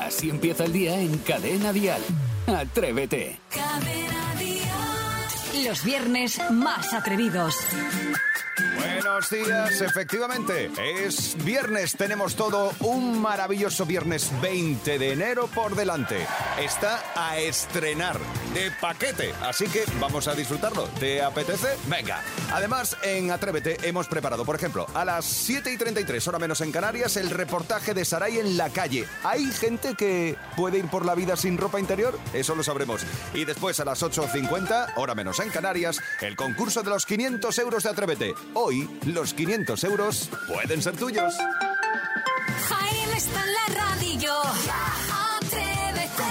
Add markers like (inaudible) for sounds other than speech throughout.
Así empieza el día en Cadena Dial. Atrévete. Los viernes más atrevidos. Buenos días, efectivamente. Es viernes, tenemos todo un maravilloso viernes 20 de enero por delante. Está a estrenar de paquete, así que vamos a disfrutarlo. ¿Te apetece? Venga. Además, en Atrévete hemos preparado, por ejemplo, a las 7 y 33, hora menos en Canarias, el reportaje de Saray en la calle. ¿Hay gente que puede ir por la vida sin ropa interior? Eso lo sabremos. Y después a las 8.50, hora menos en Canarias, el concurso de los 500 euros de Atrévete. Hoy, los 500 euros pueden ser tuyos. Jaime está en la radio. Atrévete.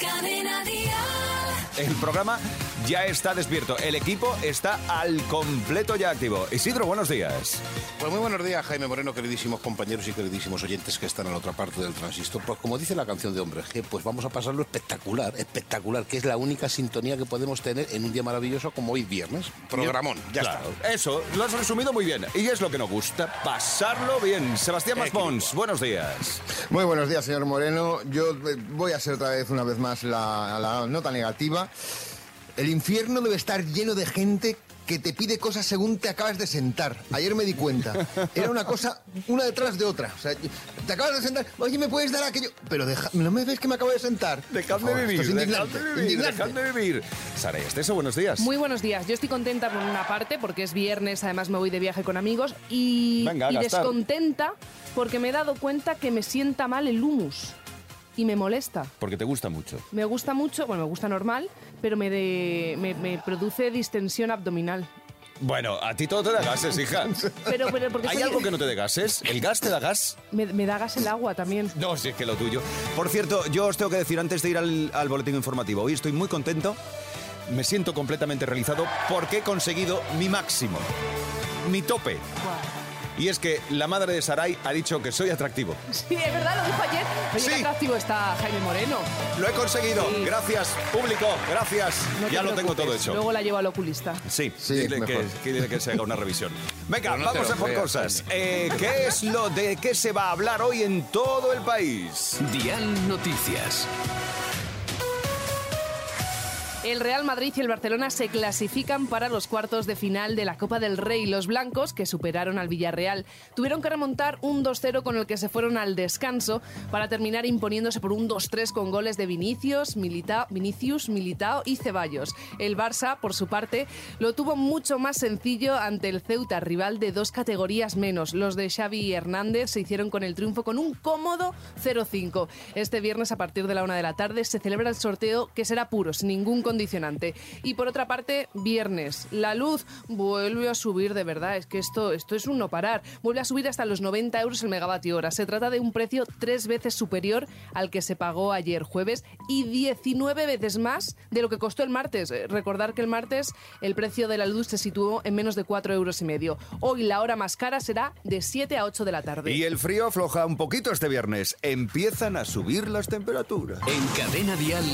Cadena Dial. El programa ya está despierto. El equipo está al completo ya activo. Isidro, buenos días. Pues muy buenos días, Jaime Moreno, queridísimos compañeros y queridísimos oyentes que están en la otra parte del transistor. Pues como dice la canción de Hombre G, pues vamos a pasarlo espectacular, espectacular, que es la única sintonía que podemos tener en un día maravilloso como hoy viernes. Programón, ya Claro, está. Eso, lo has resumido muy bien. Y es lo que nos gusta, pasarlo bien. Sebastián Maspons, buenos días. Muy buenos días, señor Moreno. Yo eh, voy a ser otra vez, una vez más, la, la nota negativa. El infierno debe estar lleno de gente que te pide cosas según te acabas de sentar. Ayer me di cuenta. Era una cosa, una detrás de otra. O sea, te acabas de sentar. Oye, ¿me puedes dar aquello? Pero deja- ¿no me ves que me acabo de sentar? Por Dejadme favor, vivir, esto es indignante, dejadme vivir, indignante. dejadme vivir. Sara Esteso, buenos días. Muy buenos días. Yo estoy contenta por una parte, porque es viernes, además me voy de viaje con amigos, y, Venga, a y gastar. descontenta porque me he dado cuenta que me sienta mal el humus y me molesta. Porque te gusta mucho. Me gusta mucho, bueno, me gusta normal, pero me, de- me, me produce distensión abdominal. Bueno, a ti todo te da gases, hija. (laughs) Pero, pero porque ¿Hay soy- algo que no te dé gases? ¿El gas te da gas? me, me da gas el agua también. No, si es que lo tuyo. Por cierto, yo os tengo que decir antes de ir al, al boletín informativo, hoy estoy muy contento, me siento completamente realizado porque he conseguido mi máximo, mi tope. Y es que la madre de Sarai ha dicho que soy atractivo. Sí, es verdad, lo dijo ayer. Oye, qué Sí. atractivo está Jaime Moreno. Lo he conseguido. Sí. Gracias, público. Gracias. No te ya lo tengo preocupes, todo hecho. Luego la llevo al oculista. Sí, Sí, dile, mejor. que, que dile que se haga una revisión. Venga, Pero no te vamos lo a por creas, cosas. Eh, ¿Qué es lo de qué se va a hablar hoy en todo el país? Dial Noticias. El Real Madrid y el Barcelona se clasifican para los cuartos de final de la Copa del Rey. Los blancos, que superaron al Villarreal, tuvieron que remontar un 2-0 con el que se fueron al descanso para terminar imponiéndose por un 2-3 con goles de Vinicius, Militao, Vinicius, Militao y Ceballos. El Barça, por su parte, lo tuvo mucho más sencillo ante el Ceuta, rival de dos categorías menos. Los de Xavi y Hernández se hicieron con el triunfo con un cómodo 0-5. Este viernes a partir de la una de la tarde se celebra el sorteo que será puro, sin ningún condicionante. Y por otra parte, viernes, la luz vuelve a subir de verdad. Es que esto, esto es un no parar. Vuelve a subir hasta los 90 euros el megavatio hora. Se trata de un precio tres veces superior al que se pagó ayer jueves y 19 veces más de lo que costó el martes. Eh, Recordar que el martes el precio de la luz se situó en menos de 4 euros y medio. Hoy la hora más cara será de 7 a 8 de la tarde. Y el frío afloja un poquito este viernes. Empiezan a subir las temperaturas. En Cadena Dial,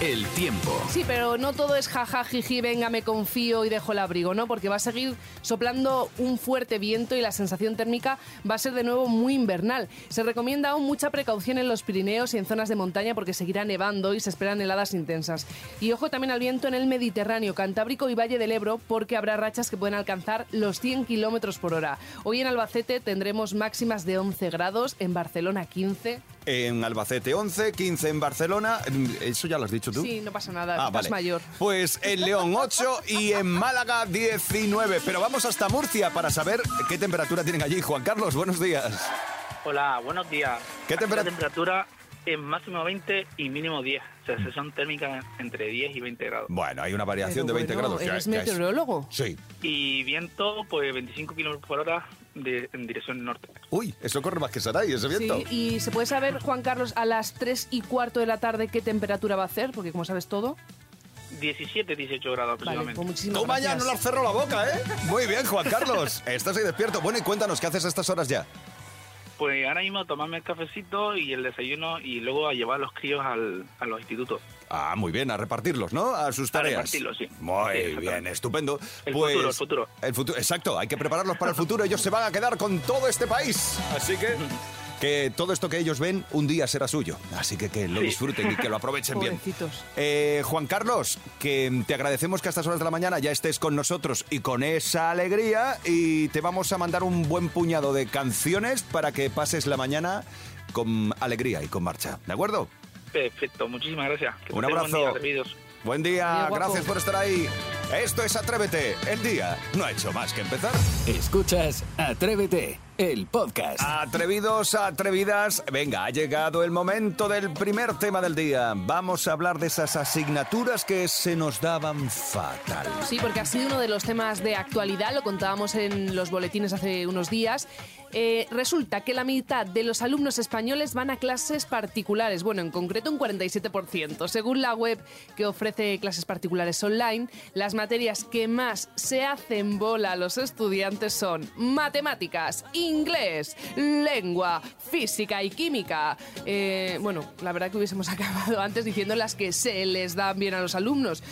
el tiempo. Sí, pero no todo es jaja, jiji, venga, me confío y dejo el abrigo, ¿no? Porque va a seguir soplando un fuerte viento y la sensación térmica va a ser de nuevo muy invernal. Se recomienda aún mucha precaución en los Pirineos y en zonas de montaña porque seguirá nevando y se esperan heladas intensas. Y ojo también al viento en el Mediterráneo, Cantábrico y Valle del Ebro porque habrá rachas que pueden alcanzar los 100 kilómetros por hora. Hoy en Albacete tendremos máximas de 11 grados, en Barcelona 15. En Albacete 11, 15 en Barcelona. ¿Eso ya lo has dicho tú? Sí, no pasa nada, Ah, estás vale. mayor. Pues en León 8 y en Málaga 19. Pero vamos hasta Murcia para saber qué temperatura tienen allí. Juan Carlos, buenos días. Hola, buenos días. ¿Qué Aquí tempera- La temperatura es máximo 20 y mínimo 10. O sea, son térmicas entre 10 y 20 grados. Bueno, hay una variación Pero de 20 bueno, grados. Ya ¿Eres es- ya es- meteorólogo? Sí. Y viento, pues 25 kilómetros por hora de- en dirección norte. Uy, eso corre más que Saray, ese viento. Sí, y se puede saber, Juan Carlos, a las 3 y cuarto de la tarde qué temperatura va a hacer, porque como sabes todo. 17, 18 grados Vale, aproximadamente. pues muchísimas Toma ya, gracias. no le has cerrado la boca, ¿eh? Muy bien, Juan Carlos. Estás ahí despierto. Bueno, y cuéntanos, ¿qué haces a estas horas ya? Pues ahora mismo a tomarme el cafecito y el desayuno y luego a llevar a los críos al, a los institutos. Ah, muy bien, a repartirlos, ¿no? A sus tareas. repartirlos, sí. Muy Sí, exactamente. bien, estupendo. El Pues, futuro, el futuro. (laughs) el futuro, exacto, hay que prepararlos para el futuro. Ellos se van a quedar con todo este país. Así que que todo esto que ellos ven un día será suyo. Así que que lo disfruten y que lo aprovechen bien. Pobrecitos. Eh, Juan Carlos, que te agradecemos que a estas horas de la mañana ya estés con nosotros y con esa alegría y te vamos a mandar un buen puñado de canciones para que pases la mañana con alegría y con marcha. ¿De acuerdo? Perfecto, muchísimas gracias. Que Un paséis buen abrazo. día, atrevidos. Buen día, Adiós, guapo. gracias por estar ahí. Esto es Atrévete. El día no ha hecho más que empezar. Escuchas Atrévete, el podcast. Atrevidos, atrevidas, venga, ha llegado el momento del primer tema del día. Vamos a hablar de esas asignaturas que se nos daban fatal. Sí, porque ha sido uno de los temas de actualidad, lo contábamos en los boletines hace unos días. Eh, resulta que la mitad de los alumnos españoles van a clases particulares, bueno, en concreto un 47%. Según la web que ofrece clases particulares online, las materias que más se hacen bola a los estudiantes son matemáticas, inglés, lengua, física y química. Eh, bueno, la verdad que hubiésemos (laughs) acabado antes diciendo las que se les dan bien a los alumnos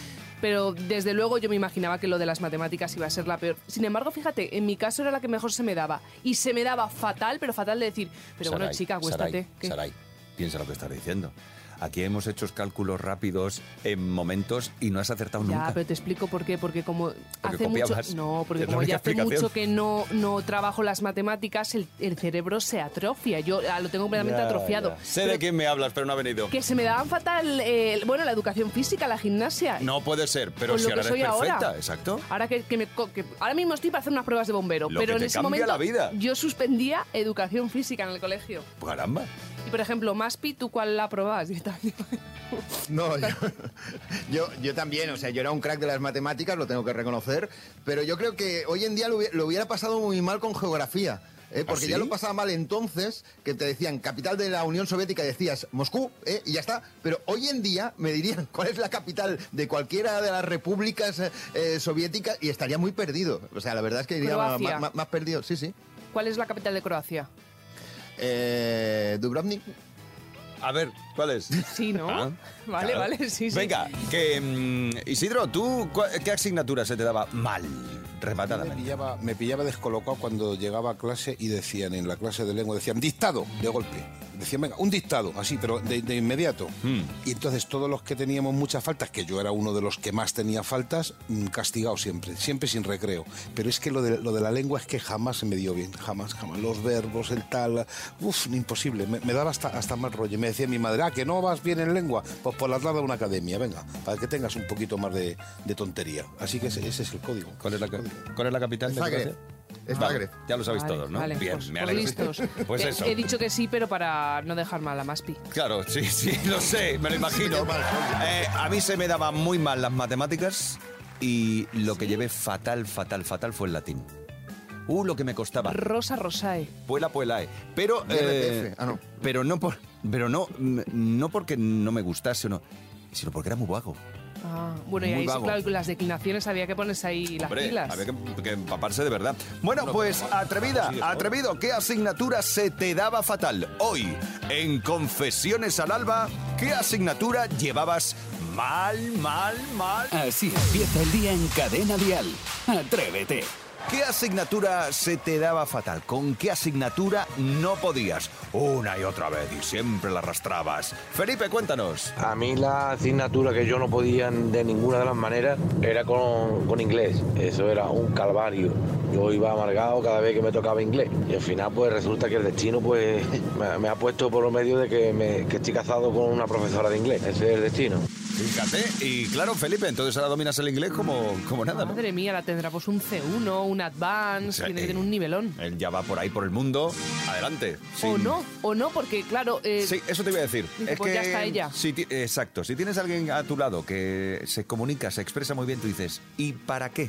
pero desde luego yo me imaginaba que lo de las matemáticas iba a ser la peor. Sin embargo, fíjate, en mi caso era la que mejor se me daba. Y se me daba fatal, pero fatal de decir, pero bueno, Sarai, chica, acuéstate. Sarai, ¿qué? Sarai, piensa lo que estás diciendo. Aquí hemos hecho cálculos rápidos en momentos y no has acertado Ya, nunca. pero te explico por qué, porque como hace mucho, copiabas. no, porque Es la como única ya hace explicación. mucho que no, no trabajo las matemáticas, el, el cerebro se atrofia. Yo ah, lo tengo completamente Ya, atrofiado. ya. Sé Pero de quién me hablas, pero no ha venido. Que se me daban fatal, eh, bueno, la educación física, la gimnasia. No puede ser, pero con si lo que ahora eres soy perfecta, ahora. exacto. Ahora que, que me co- que ahora mismo estoy para hacer unas pruebas de bombero, Lo que pero en te ese cambia momento la vida. yo suspendía educación física en el colegio. Caramba. Y por ejemplo, Maspi, ¿tú cuál la probabas? No, yo, (laughs) yo, yo también, o sea, yo era un crack de las matemáticas, lo tengo que reconocer, pero yo creo que hoy en día lo hubie- lo hubiera, pasado muy mal con geografía. ¿eh? ¿Ah, Porque sí? ya lo pasaba mal entonces, que te decían capital de la Unión Soviética, y decías Moscú, ¿eh? y ya está. Pero hoy en día me dirían (laughs) cuál es la capital de cualquiera de las repúblicas eh, eh, soviéticas y estaría muy perdido. O sea, la verdad es que iría más, Croacia. más- más perdido. Sí, sí. (laughs) ¿Cuál es la capital de Croacia? Eh, Dubrovnik. A ver, ¿cuál es? (laughs) Sí, ¿no? Ah, vale, claro. vale, sí, sí. Venga, que mm, Isidro, ¿tú cua- qué asignatura se te daba mal? Me Rematadamente. pillaba, me pillaba descolocado cuando llegaba a clase y decían en la clase de lengua, decían dictado de golpe. Decían, venga, un dictado, así, pero de, de inmediato. Y entonces todos los que teníamos muchas faltas, que yo era uno de los que más tenía faltas, mm, castigado siempre, siempre sin recreo. Pero es que lo de, lo de la lengua es que jamás se me dio bien, jamás, jamás. Los verbos, el tal, uff, imposible. Me, me daba hasta, hasta mal rollo. Me decía mi madre, ah, que no vas bien en lengua, pues por la tarde a una academia, venga, para que tengas un poquito más de, de tontería. Así que ese, ese es el código. ¿Cuál es la, ca- cuál es la capital de Zagreb. Croacia? Es Vale, Zagreb. ya lo sabéis Vale, todos, ¿no? vale, Bien, pues- me pues alegro. listos. (laughs) Pues He- eso. He dicho que sí, pero para no dejar mal a Maspi. Claro, sí, sí, lo sé, me lo imagino. Eh, a mí se me daban muy mal las matemáticas y lo que llevé fatal, fatal, fatal fue el latín. Uh, lo que me costaba. Rosa Rosae. Puela, puela, eh. Pero, eh, DRPF, ah, no. pero no por, pero no, mm, no porque no me gustase o no, sino porque era muy vago. Ah, bueno, y Muy ahí, sí, vago. claro, con las declinaciones había que ponerse ahí las Hombre, pilas. había que, que empaparse de verdad. Bueno, pues atrevida, atrevido, ¿qué asignatura se te daba fatal? Hoy, en Confesiones al Alba, ¿qué asignatura llevabas mal, mal, mal? Así empieza el día en Cadena Dial. Atrévete. ¿Qué asignatura se te daba fatal? ¿Con qué asignatura no podías? Una y otra vez y siempre la arrastrabas. Felipe, cuéntanos. A mí la asignatura que yo no podía de ninguna de las maneras era con, con inglés. Eso era un calvario. Yo iba amargado cada vez que me tocaba inglés. Y al final pues resulta que el destino pues (laughs) me, me ha puesto por medio de que, me, que estoy casado con una profesora de inglés. Ese es el destino. Fíjate, y claro, Felipe, entonces ahora dominas el inglés como, como nada, ¿no? Madre mía, la tendrá pues un C1, un Advance, O sea, tiene eh, que tener un nivelón. Él ya va por ahí, por el mundo. Adelante. O sin- no, o no, porque claro, eh, Sí, eso te iba a decir. Dice, es pues que ya está ella. si ti- exacto. Si tienes a alguien a tu lado que se comunica, se expresa muy bien, tú dices, ¿y para qué?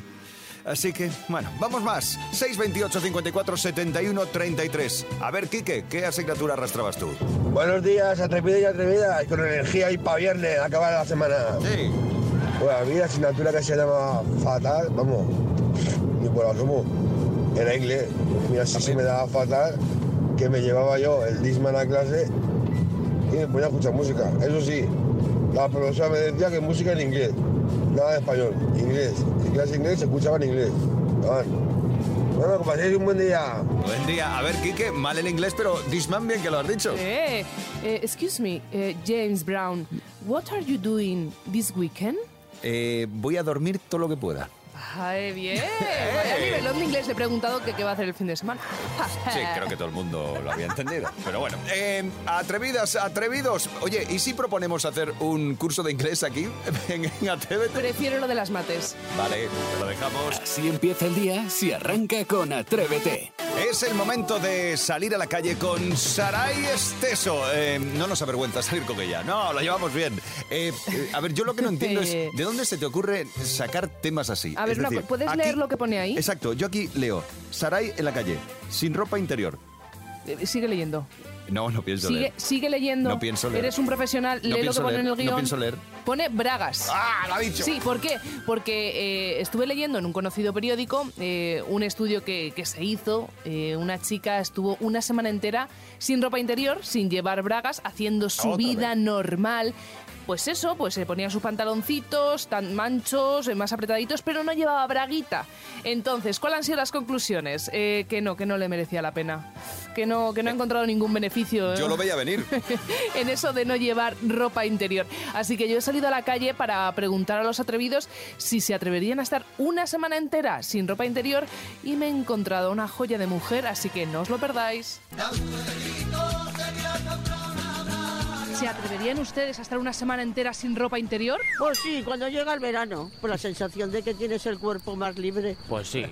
Así que, bueno, vamos más. 628 54 71 33. A ver, Quique, ¿qué asignatura arrastrabas tú? Buenos días, atrevidos y atrevidas, y con energía y pa' viernes, acabar la semana. Sí. Pues a mí la asignatura que se llama fatal, vamos, ni por asomo, era inglés. Mira, si se me daba fatal, que me llevaba yo el Disman a clase y me ponía a escuchar música. Eso sí, la profesora me decía que música en inglés, nada de español, inglés. En clase de inglés se escuchaba en inglés. Estaban Bueno, que paséis un buen día. Buen día. A ver, Quique, mal el inglés, pero Disman bien que lo has dicho. Eh, eh, excuse me, eh, James Brown, what are you doing this weekend? Eh, voy a dormir todo lo que pueda. ¡Ay, bien! (laughs) Vaya nivelón de inglés, le he preguntado que qué va a hacer el fin de semana. (laughs) Sí, creo que todo el mundo lo había entendido. Pero bueno, Eh, atrevidas, atrevidos. Oye, ¿y si proponemos hacer un curso de inglés aquí (laughs) en, en Atrévete? Prefiero lo de las mates. Vale, te lo dejamos. Así empieza el día si arranca con Atrévete. Es el momento de salir a la calle con Saray Esteso. Eh, no nos avergüenza salir con ella. No, lo llevamos bien. Eh, eh, a ver, yo (laughs) lo que no entiendo es de dónde se te ocurre sacar temas así. A ver, Es una decir, co- ¿puedes aquí- leer lo que pone ahí? Exacto, yo aquí leo. Saray en la calle, sin ropa interior. Eh, Sigue leyendo. No, no pienso Sigue, leer. sigue leyendo. No pienso leer. Eres un profesional, No lee lo pienso que pone en leer, el no guión. pienso leer. Pone bragas. ¡Ah, lo ha dicho! Sí, ¿por qué? Porque eh, estuve leyendo en un conocido periódico eh, un estudio que, que se hizo. eh, una chica estuvo una semana entera sin ropa interior, sin llevar bragas, haciendo su Ah, Otra vida normal. Pues eso, pues se ponía sus pantaloncitos tan manchos, eh, más apretaditos, pero no llevaba braguita. Entonces, ¿cuáles han sido las conclusiones? Eh, que no, que no le merecía la pena. Que no, que no ha encontrado ningún beneficio. ¿eh? Yo lo veía venir. en eso de no llevar ropa interior. Así que yo he salido a la calle para preguntar a los atrevidos si se atreverían a estar una semana entera sin ropa interior y me he encontrado una joya de mujer, así que no os lo perdáis. ¿Se atreverían ustedes a estar una semana entera sin ropa interior? Pues sí, cuando llega el verano, por la sensación de que tienes el cuerpo más libre. Pues sí,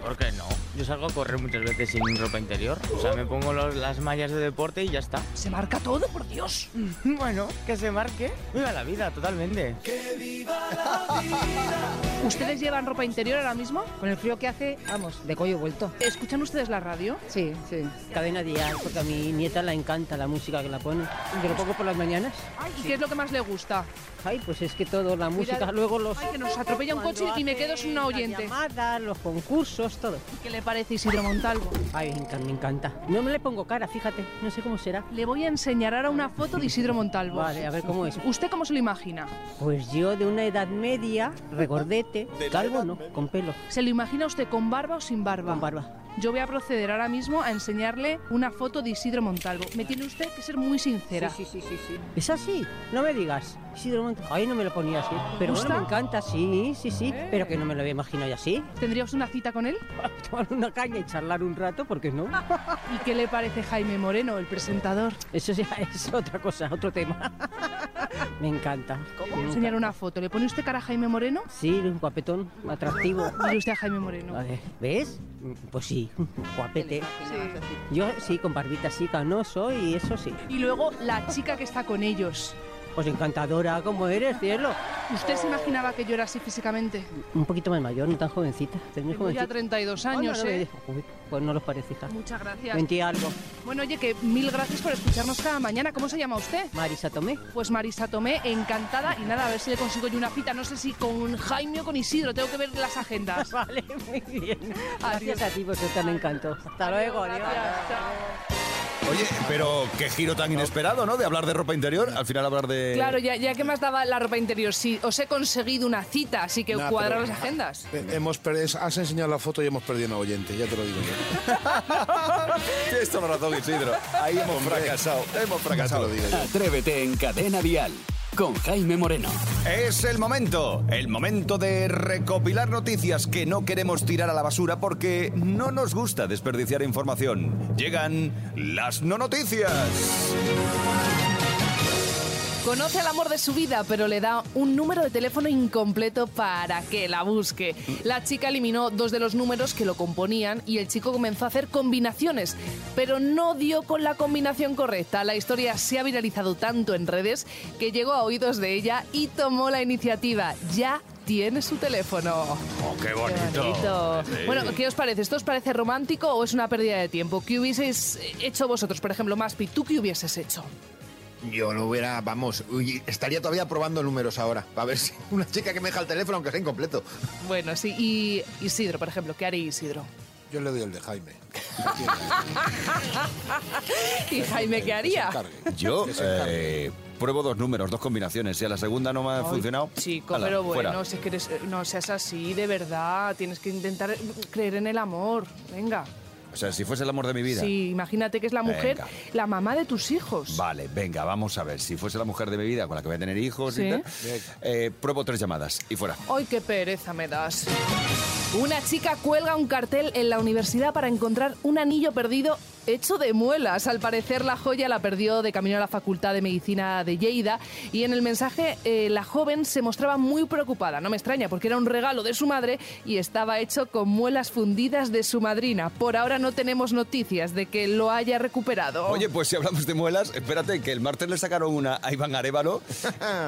¿por qué no? Yo salgo a correr muchas veces sin ropa interior. O sea, me pongo los- las mallas de deporte y ya está. Se marca todo, por Dios. (laughs) Bueno, que se marque. Viva la vida, totalmente. (laughs) ¿Ustedes llevan ropa interior ahora mismo? Con el frío que hace, vamos, de cuello vuelto. ¿Escuchan ustedes la radio? Sí, sí. Cadena Dial, porque a mi nieta la encanta la música que la pone. Yo lo pongo por las mañanas. ¿Y qué es lo que más le gusta? Ay, pues es que todo, la música, Cuidado. luego los... Ay, que nos atropella un coche y me quedo sin una oyente. Llamadas, los concursos, todo. ¿Qué le parece Isidro Montalvo? Ay, me encanta, me encanta. No me le pongo cara, fíjate, no sé cómo será. Le voy a enseñar ahora una foto de Isidro Montalvo. Vale, a ver cómo es. ¿Usted cómo se lo imagina? Pues yo de una edad media, regordete, calvo no, con pelo, ¿Se lo imagina usted con barba o sin barba? con barba. Yo voy a proceder ahora mismo a enseñarle una foto de Isidro Montalvo. Me tiene usted que ser muy sincera. Sí, sí, sí, sí, sí. ¿Es así? No me digas. Sí, de momento. Ay, no me lo ponía así. Pero bueno, gusta? Eh. me encanta, sí, sí, sí. Pero que no me lo había imaginado ya así. (laughs) ¿Tendría usted una cita con él? tomar una caña y charlar un rato, porque no. ¿Y qué le parece Jaime Moreno, el presentador? Eso ya (laughs) es otra cosa, otro tema. (laughs) Me encanta. Voy a enseñar una foto. ¿Le pone usted cara a Jaime Moreno? Sí, un guapetón, atractivo. Mire usted a Jaime Moreno. A ver, ¿Ves? Pues sí, guapete. Yo sí, con barbita así, canoso y eso sí. Y luego la chica que está con ellos. Pues encantadora, como eres, cielo. ¿Usted se imaginaba que yo era así físicamente? Un poquito más mayor, no tan jovencita. Estás muy Tengo ya jovencita. 32 Ah, no, años, no me ¿eh? dijo. Uy, Pues no los parece, hija. Muchas gracias. Mentí algo. Bueno, oye, que mil gracias por escucharnos cada mañana. ¿Cómo se llama usted? Marisa Tomé. Pues Marisa Tomé, encantada. Y nada, a ver si le consigo yo una cita. No sé si con Jaime o con Isidro. Tengo que ver las (laughs) agendas. Vale, muy bien. Adiós. Gracias a ti, vosotros tan encanto. Hasta luego, adiós. Gracias, chao. Oye, pero qué giro tan inesperado, ¿no? De hablar de ropa interior, al final hablar de... Claro, ya, ya que más daba la ropa interior. Sí, os he conseguido una cita, así que Nah, cuadrar pero- las agendas. Eh, Hemos perdido- has enseñado la foto y hemos perdido una oyente, ya te lo digo yo. Tienes toda la razón, Isidro. Ahí hemos fracasado. Hemos fracasado. Ya te lo digo yo. Atrévete en Cadena Dial con Jaime Moreno. Es el momento, el momento de recopilar noticias que no queremos tirar a la basura porque no nos gusta desperdiciar información. Llegan las no noticias. Conoce al amor de su vida, pero le da un número de teléfono incompleto para que la busque. La chica eliminó dos de los números que lo componían y el chico comenzó a hacer combinaciones, pero no dio con la combinación correcta. La historia se ha viralizado tanto en redes que llegó a oídos de ella y tomó la iniciativa. Ya tiene su teléfono. Oh, qué Qué bonito. bonito. Sí. Bueno, ¿qué os parece? ¿Esto os parece romántico o es una pérdida de tiempo? ¿Qué hubieses hecho vosotros? Por ejemplo, Maspi, ¿tú qué hubieses hecho? Yo lo hubiera, vamos, uy, estaría todavía probando números ahora, para ver si (laughs) una chica que me deja el teléfono, aunque sea incompleto. Bueno, sí. Y Isidro, por ejemplo, ¿qué haría Isidro? Yo le doy el de Jaime. ¿Y Jaime qué Que se haría? encargue. Yo Ah. (laughs) Que se encargue. eh, pruebo dos números, dos combinaciones. Si a la segunda no me ha Ay, funcionado, Chico, ala, pero bueno, fuera. si es que eres- eh, no seas así, de verdad. Tienes que intentar creer en el amor. Venga. O sea, si fuese el amor de mi vida. Sí, imagínate que es la mujer, Venga. la mamá de tus hijos. Vale, venga, vamos a ver. Si fuese la mujer de mi vida con la que voy a tener hijos y Sí. tal, eh, pruebo tres llamadas y fuera. ¡Ay, qué pereza me das! Una chica cuelga un cartel en la universidad para encontrar un anillo perdido hecho de muelas. Al parecer la joya la perdió de camino a la Facultad de Medicina de Lleida y en el mensaje eh, la joven se mostraba muy preocupada. No me extraña porque era un regalo de su madre y estaba hecho con muelas fundidas de su madrina. Por ahora no tenemos noticias de que lo haya recuperado. Oh. Oye, pues si hablamos de muelas, espérate, que el martes le sacaron una a Iván Arevalo,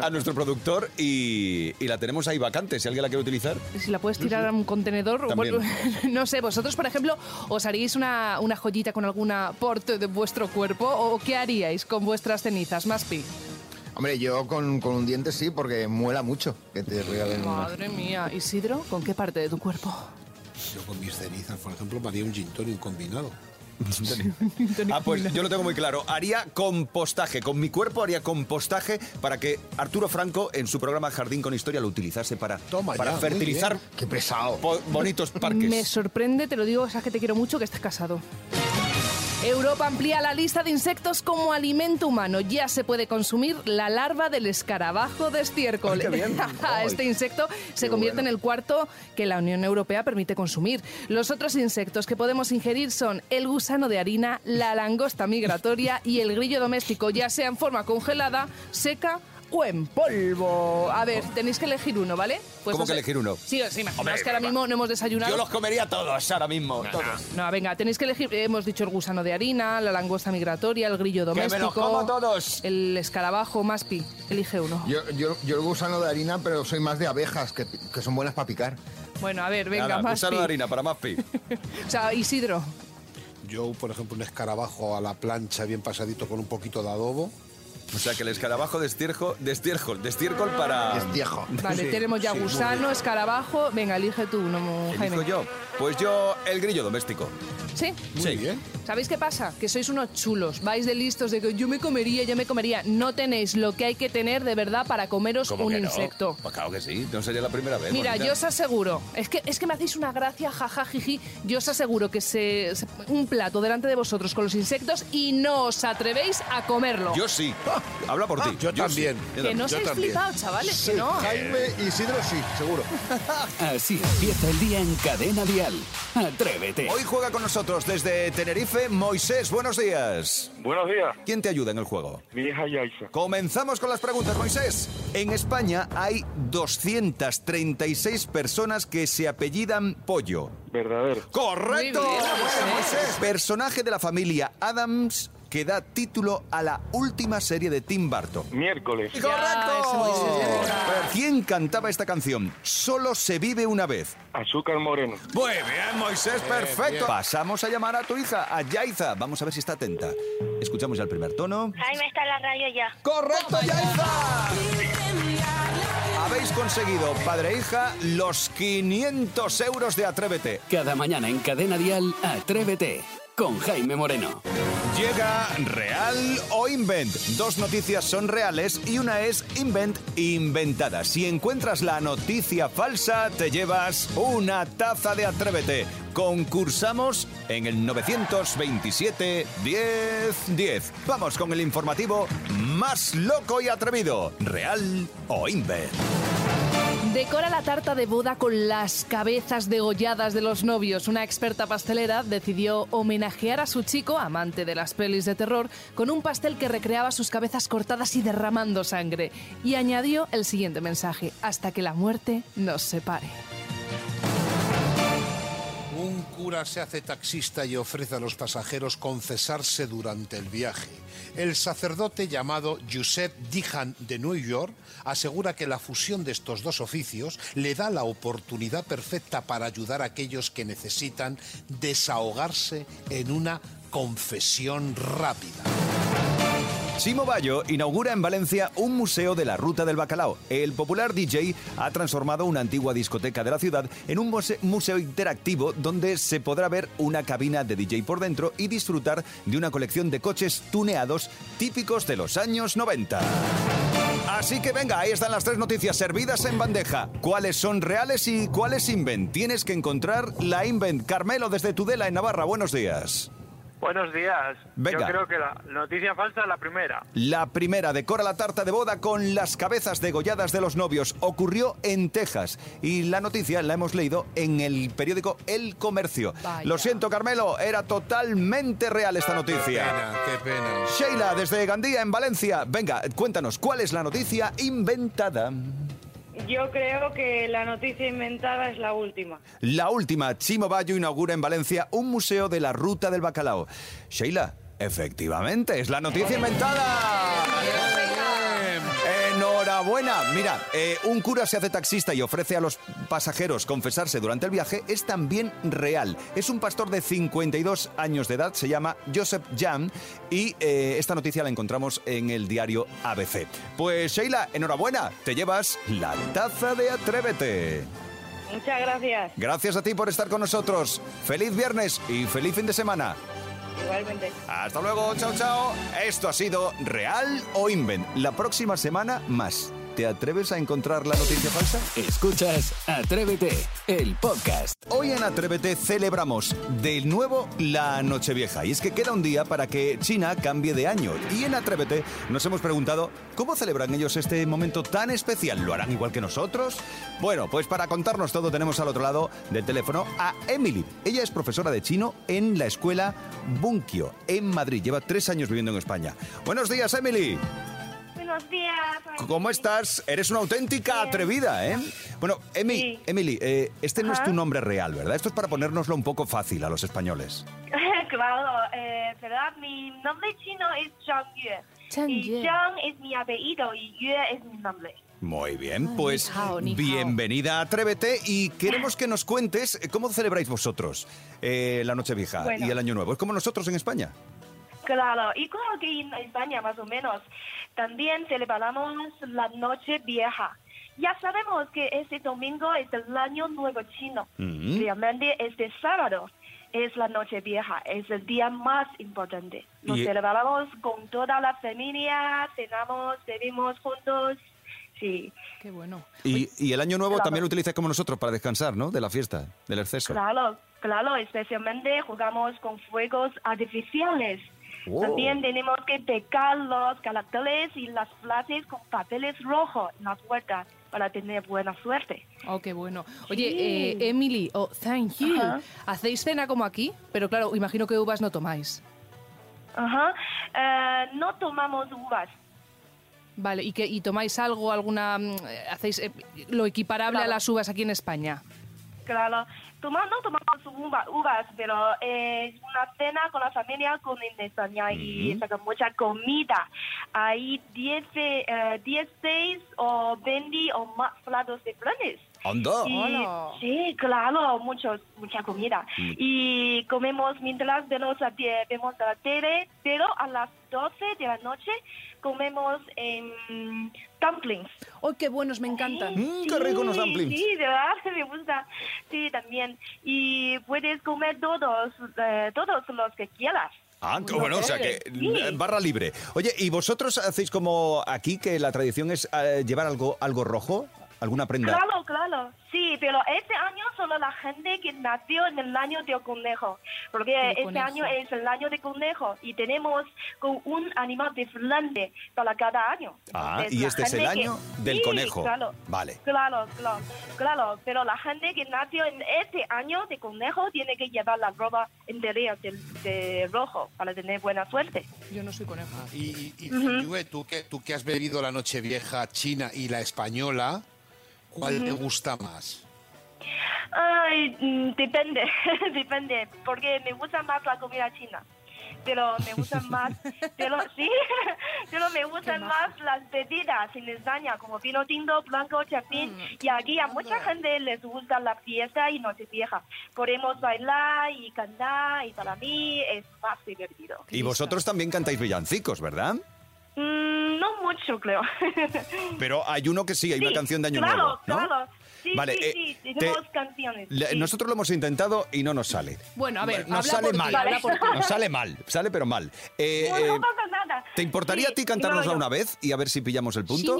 a nuestro productor, y, y la tenemos ahí vacante, si alguien la quiere utilizar. Si la puedes tirar a un contenedor, o También. bueno, (laughs) no sé, vosotros, por ejemplo, ¿os haríais una, una joyita con algún aporte de vuestro cuerpo? ¿O qué haríais con vuestras cenizas, Maspi? (laughs) Hombre, yo con, con un diente sí, porque muela mucho que te regalen una. Madre mía, Isidro, ¿con qué parte de tu cuerpo? Yo con mis cenizas, por ejemplo, me haría un gin tonic combinado. Ah, pues yo lo tengo muy claro. Haría compostaje, con mi cuerpo haría compostaje para que Arturo Franco en su programa Jardín con Historia lo utilizase para, para ya, muy fertilizar bien. Qué pesado. po- bonitos parques. Me sorprende, te lo digo, sabes que te quiero mucho que estés casado. Europa amplía la lista de insectos como alimento humano. Ya se puede consumir la larva del escarabajo de estiércol. Ay, qué (laughs) bien. Ay, este insecto se qué convierte bueno. en el cuarto que la Unión Europea permite consumir. Los otros insectos que podemos ingerir son el gusano de harina, la langosta migratoria y el grillo doméstico, ya sea en forma congelada, seca o en polvo. A ver, tenéis que elegir uno, ¿vale? Pues ¿Cómo no que sé. elegir uno? Sí, Hombre, sí, imaginaos que ahora mismo no hemos desayunado. Yo los comería todos ahora mismo. todos. No, venga, tenéis que elegir. eh, Hemos dicho el gusano de harina, la langosta migratoria, el grillo me los doméstico. como todos! El escarabajo, maspi. Elige uno. Yo, yo, yo el gusano de harina, pero soy más de abejas, que, que son buenas para picar. Bueno, a ver, venga, maspi. para Maspi. O (laughs) sea, Isidro. Yo, por ejemplo, un escarabajo a la plancha bien pasadito con un poquito de adobo. O sea, que el escarabajo de estiércol, de estiércol, de estiércol Ah. para... Estiércol. Vale, tenemos ya gusano, escarabajo. Venga, elige tú uno, mo- Jaime. Elijo yo. Pues yo el grillo doméstico. Sí. Muy bien. ¿Sabéis qué pasa? Que sois unos chulos, vais de listos de que yo me comería, yo me comería. No tenéis lo que hay que tener de verdad para comeros un insecto. Pues claro que sí, no sería la primera vez. Mira, bonita. yo os aseguro, es que, es que me hacéis una gracia, jaja, jiji. Yo os aseguro que se, se- un plato delante de vosotros con los insectos y no os atrevéis a comerlo. Yo sí. Ah, Habla por ti. Yo, también. que no seáis flipados, chavales, que no. Isidro sí, seguro. Así empieza el día en cadena Dial. Atrévete. Hoy juega con nosotros desde Tenerife Moisés. Buenos días. Buenos días. ¿Quién te ayuda en el juego? Mi hija Yaisa. Comenzamos con las preguntas, Moisés. En España hay 236 personas que se apellidan Pollo. Verdadero. ¡Correcto! Muy bien, pues, ¿eh? Bueno, Moisés. Moisés. Personaje de la familia Adams que da título a la última serie de Tim Burton. Miércoles. ¡Correcto! ¿Quién cantaba esta canción? Solo se vive una vez. Azúcar moreno. Muy bien, Moisés, perfecto. Eh, bien. Pasamos a llamar a tu hija, a Yaiza. Vamos a ver si está atenta. Escuchamos ya el primer tono. Jaime está en la radio ya. ¡Correcto, Yaiza! Habéis conseguido, padre e hija, los 500 euros de Atrévete. Cada mañana en cadena Dial, Atrévete con Jaime Moreno. Llega real o invent. Dos noticias son reales y una es invent inventada. Si encuentras la noticia falsa, te llevas una taza de Atrévete. Concursamos en el 927 10 10. Vamos con el informativo más loco y atrevido. Real o invent. Decora la tarta de boda con las cabezas degolladas de los novios. Una experta pastelera decidió homenajear a su chico, amante de las pelis de terror, con un pastel que recreaba sus cabezas cortadas y derramando sangre. Y añadió el siguiente mensaje, hasta que la muerte nos separe. Un cura se hace taxista y ofrece a los pasajeros confesarse durante el viaje. El sacerdote llamado Giuseppe Dijan de New York asegura que la fusión de estos dos oficios le da la oportunidad perfecta para ayudar a aquellos que necesitan desahogarse en una confesión rápida. Chimo Bayo inaugura en Valencia un museo de la ruta del bacalao. El popular DJ ha transformado una antigua discoteca de la ciudad en un muse- museo interactivo donde se podrá ver una cabina de DJ por dentro y disfrutar de una colección de coches tuneados típicos de los años 90. Así que venga, ahí están las tres noticias servidas en bandeja. ¿Cuáles son reales y cuáles invent? Tienes que encontrar la invent. Carmelo desde Tudela en Navarra, buenos días. Buenos días. Venga. Yo creo que la noticia falsa es la primera. La primera decora la tarta de boda con las cabezas degolladas de los novios. Ocurrió en Texas y la noticia la hemos leído en el periódico El Comercio. Vaya. Lo siento, Carmelo, era totalmente real esta noticia. Qué pena. Sheila, desde Gandía, en Valencia. Venga, cuéntanos, ¿cuál es la noticia inventada? Yo creo que la noticia inventada es la última. La última, Chimo Bayo inaugura en Valencia un museo de la ruta del bacalao. Sheila, efectivamente, es la noticia inventada. Enhorabuena. Mira, eh, un cura se hace taxista y ofrece a los pasajeros confesarse durante el viaje es también real. Es un pastor de 52 años de edad, se llama Joseph Jan y eh, esta noticia la encontramos en el diario ABC. Pues Sheila, enhorabuena, te llevas la taza de Atrévete. Muchas gracias. Gracias a ti por estar con nosotros. Feliz viernes y feliz fin de semana. Igualmente. Hasta luego, chao, chao. Esto ha sido Real o Invent. La próxima semana más. ¿Te atreves a encontrar la noticia falsa? Escuchas Atrévete, el podcast. Hoy en Atrévete celebramos de nuevo la Nochevieja. Y es que queda un día para que China cambie de año. Y en Atrévete nos hemos preguntado cómo celebran ellos este momento tan especial. ¿Lo harán igual que nosotros? Bueno, pues para contarnos todo tenemos al otro lado del teléfono a Emily. Ella es profesora de chino en la escuela Bunkyo, en Madrid. Lleva tres años viviendo en España. Buenos días, Emily. Buenos días. ¿Cómo estás? Eres una auténtica atrevida, ¿eh? Bueno, Emi, Emily, eh, este no es Ajá. tu nombre real, ¿verdad? Esto es para ponérnoslo un poco fácil a los españoles. claro, eh, ¿verdad? Mi nombre chino es Zhang Yue. Zhang y Yue. Zhang es mi apellido y Yue es mi nombre. Muy bien, pues ni hao, oh, ni hao. bienvenida a Atrévete y queremos que nos cuentes eh, cómo celebráis vosotros eh, la Nochevieja Bueno. y el Año Nuevo. Es como nosotros en España. Claro, igual que en España más o menos, también celebramos la Noche Vieja. Ya sabemos que este domingo es el Año Nuevo Chino. Mm. Realmente este sábado es la Noche Vieja, es el día más importante. Nos Y- celebramos con toda la familia, cenamos, bebimos juntos. Sí. Qué bueno. Y, y el Año Nuevo claro. también lo utilizáis como nosotros para descansar, ¿no? De la fiesta, del exceso. Claro, claro, especialmente jugamos con fuegos artificiales. Wow. También tenemos que pegar los caracteres y las frases con papeles rojos en las puertas para tener buena suerte. Oh, qué bueno. Oye, Sí. eh, Emily, o thank you. Ajá. ¿Hacéis cena como aquí? Pero claro, imagino que uvas no tomáis. Ajá. Eh, no tomamos uvas. Vale, ¿y, que, y tomáis algo, alguna... mm, eh, ¿Hacéis eh, lo equiparable a las uvas aquí en España? Claro, Toma- no tomamos uva- uvas, pero eh, es una cena con la familia con en España y Mm. sacan mucha comida. Hay 10, eh, 16 o 20 o más platos diferentes. ¡Anda! Y- Hola. sí, claro, muchos, mucha comida. Mm. Y comemos mientras vemos, a te- vemos la tele, pero a las 12 de la noche comemos em, dumplings. ¡Oh, qué buenos! Me encantan. Sí, Sí, de verdad, (laughs) me gusta. Sí, también. Y puedes comer todos, eh, todos los que quieras. Ah, Los bueno, o sea que dulces, sí. eh, barra libre. Oye, ¿y vosotros hacéis como aquí que la tradición es eh, llevar algo, algo rojo? ¿Alguna prenda? Claro, claro. Sí, pero este año solo la gente que nació en el año del conejo. Porque Del este conejo. año es el año del conejo y tenemos con un animal diferente para cada año. Ah, Entonces, y la este es el gente que- año del Sí, conejo. Claro. Vale. Claro, claro, claro, pero la gente que nació en este año de conejo tiene que llevar la ropa entera de, de rojo para tener buena suerte. Yo no soy conejo. Y, y- y, Yue, tú, que, tú que has bebido la noche vieja china y la española, ¿cuál Ujú. te gusta más? Ay, mm, depende, (laughs) depende, porque me gusta más la comida china, pero me gustan más, pero sí, (laughs) pero me gustan más las bebidas en España, como vino tinto, blanco, chapín, y aquí a mucha gente les gusta la fiesta y noche vieja. Podemos bailar y cantar, y para mí es más divertido. Y vosotros también cantáis villancicos, ¿verdad? Mm, no mucho, creo. Pero hay uno que sí, hay una Sí, canción de Año claro, Nuevo, ¿no? Claro, Sí, Vale, sí, eh, sí, te- tenemos canciones. Le- sí. Nosotros lo hemos intentado y no nos sale. Bueno, a ver, nos habla sale por ti, mal. habla por ti. Nos sale mal, sale pero mal. Eh, No, eh, no pasa nada. ¿Te importaría Sí, a ti cantárnosla no, no. una vez y a ver si pillamos el punto?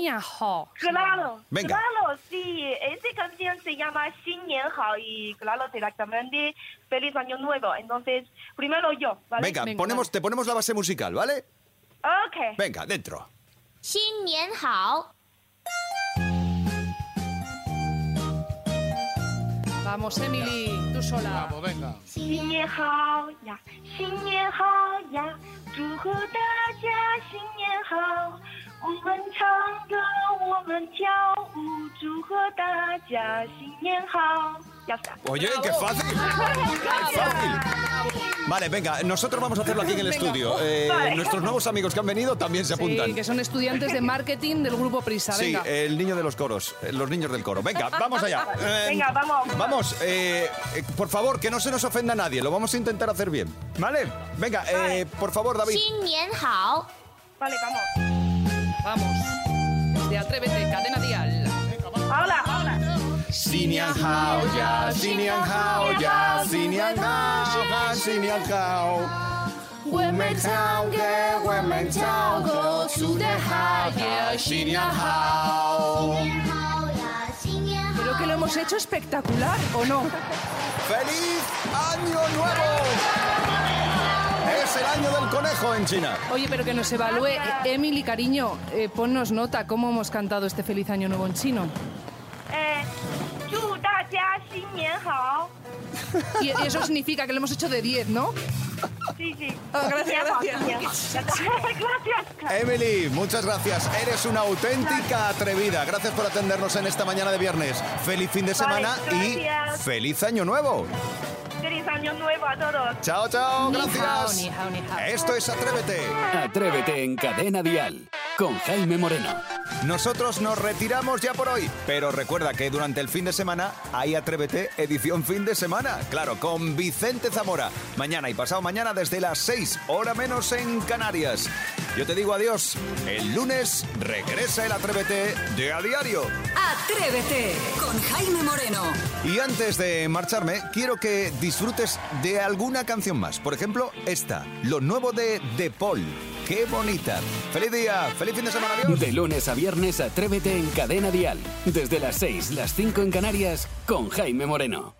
Claro, Venga. claro, sí. Esa canción se llama Xin Nian Hao y claro, directamente Feliz Año Nuevo. Entonces, primero yo, ¿vale? Venga, ponemos, te ponemos la base musical, ¿vale? Ok. Venga, dentro. 新年好， Vamos, Emily, tú sola. Vamos, venga. 新年好呀，新年好呀，祝贺大家新年好。我们唱歌，我们跳舞，祝贺大家新年好。Ya está. Oye, qué (laughs) fácil. Vale, venga, nosotros vamos a hacerlo aquí en el Venga. estudio. Eh, Vale. Nuestros nuevos amigos que han venido también se apuntan. Sí, que son estudiantes de marketing del grupo Prisa, Sí, eh. venga. el niño de los coros, eh, los niños del coro. Venga, vamos allá. Eh, (laughs) Venga, vamos. Vamos, eh, eh, por favor, que no se nos ofenda nadie, lo vamos a intentar hacer bien. ¿Vale? Venga, eh, por favor, David. 新年好， Vale, vamos. Vamos. Desde Atrévete, Cadena Dial. Hola, hola. Creo que lo hemos hecho espectacular, ¿o no? ¡Feliz Año Nuevo! Es el año del conejo en China. Oye, pero que nos evalúe. Eh, Emily, cariño, eh, ponnos nota cómo hemos cantado este feliz año nuevo en chino. 哎，祝大家新年好。 Y, y eso significa que lo hemos hecho de 10, ¿no? Sí, sí. Ah, gracias, gracias. (laughs) Emily, muchas gracias. Eres una auténtica atrevida. Gracias por atendernos en esta mañana de viernes. Feliz fin de semana Vale, y gracias. feliz año nuevo. Feliz año nuevo a todos. Chao, chao. Ni hao, Gracias. ni hao, ni hao. Esto es Atrévete. Atrévete en Cadena Dial con Jaime Moreno. Nosotros nos retiramos ya por hoy, pero recuerda que durante el fin de semana hay Atrévete edición fin de semana, claro, con Vicente Zamora, mañana y pasado mañana desde las 6, hora menos en Canarias. Yo te digo adiós, el lunes regresa el Atrévete de a diario. Atrévete con Jaime Moreno. Y antes de marcharme, quiero que disfrutes de alguna canción más, por ejemplo, esta, lo nuevo de De Paul. ¡Qué bonita! ¡Feliz día! ¡Feliz fin de semana! ¡Adiós! De lunes a viernes, Atrévete en Cadena Dial. Desde las 6, las 5 en Canarias, con Jaime Moreno.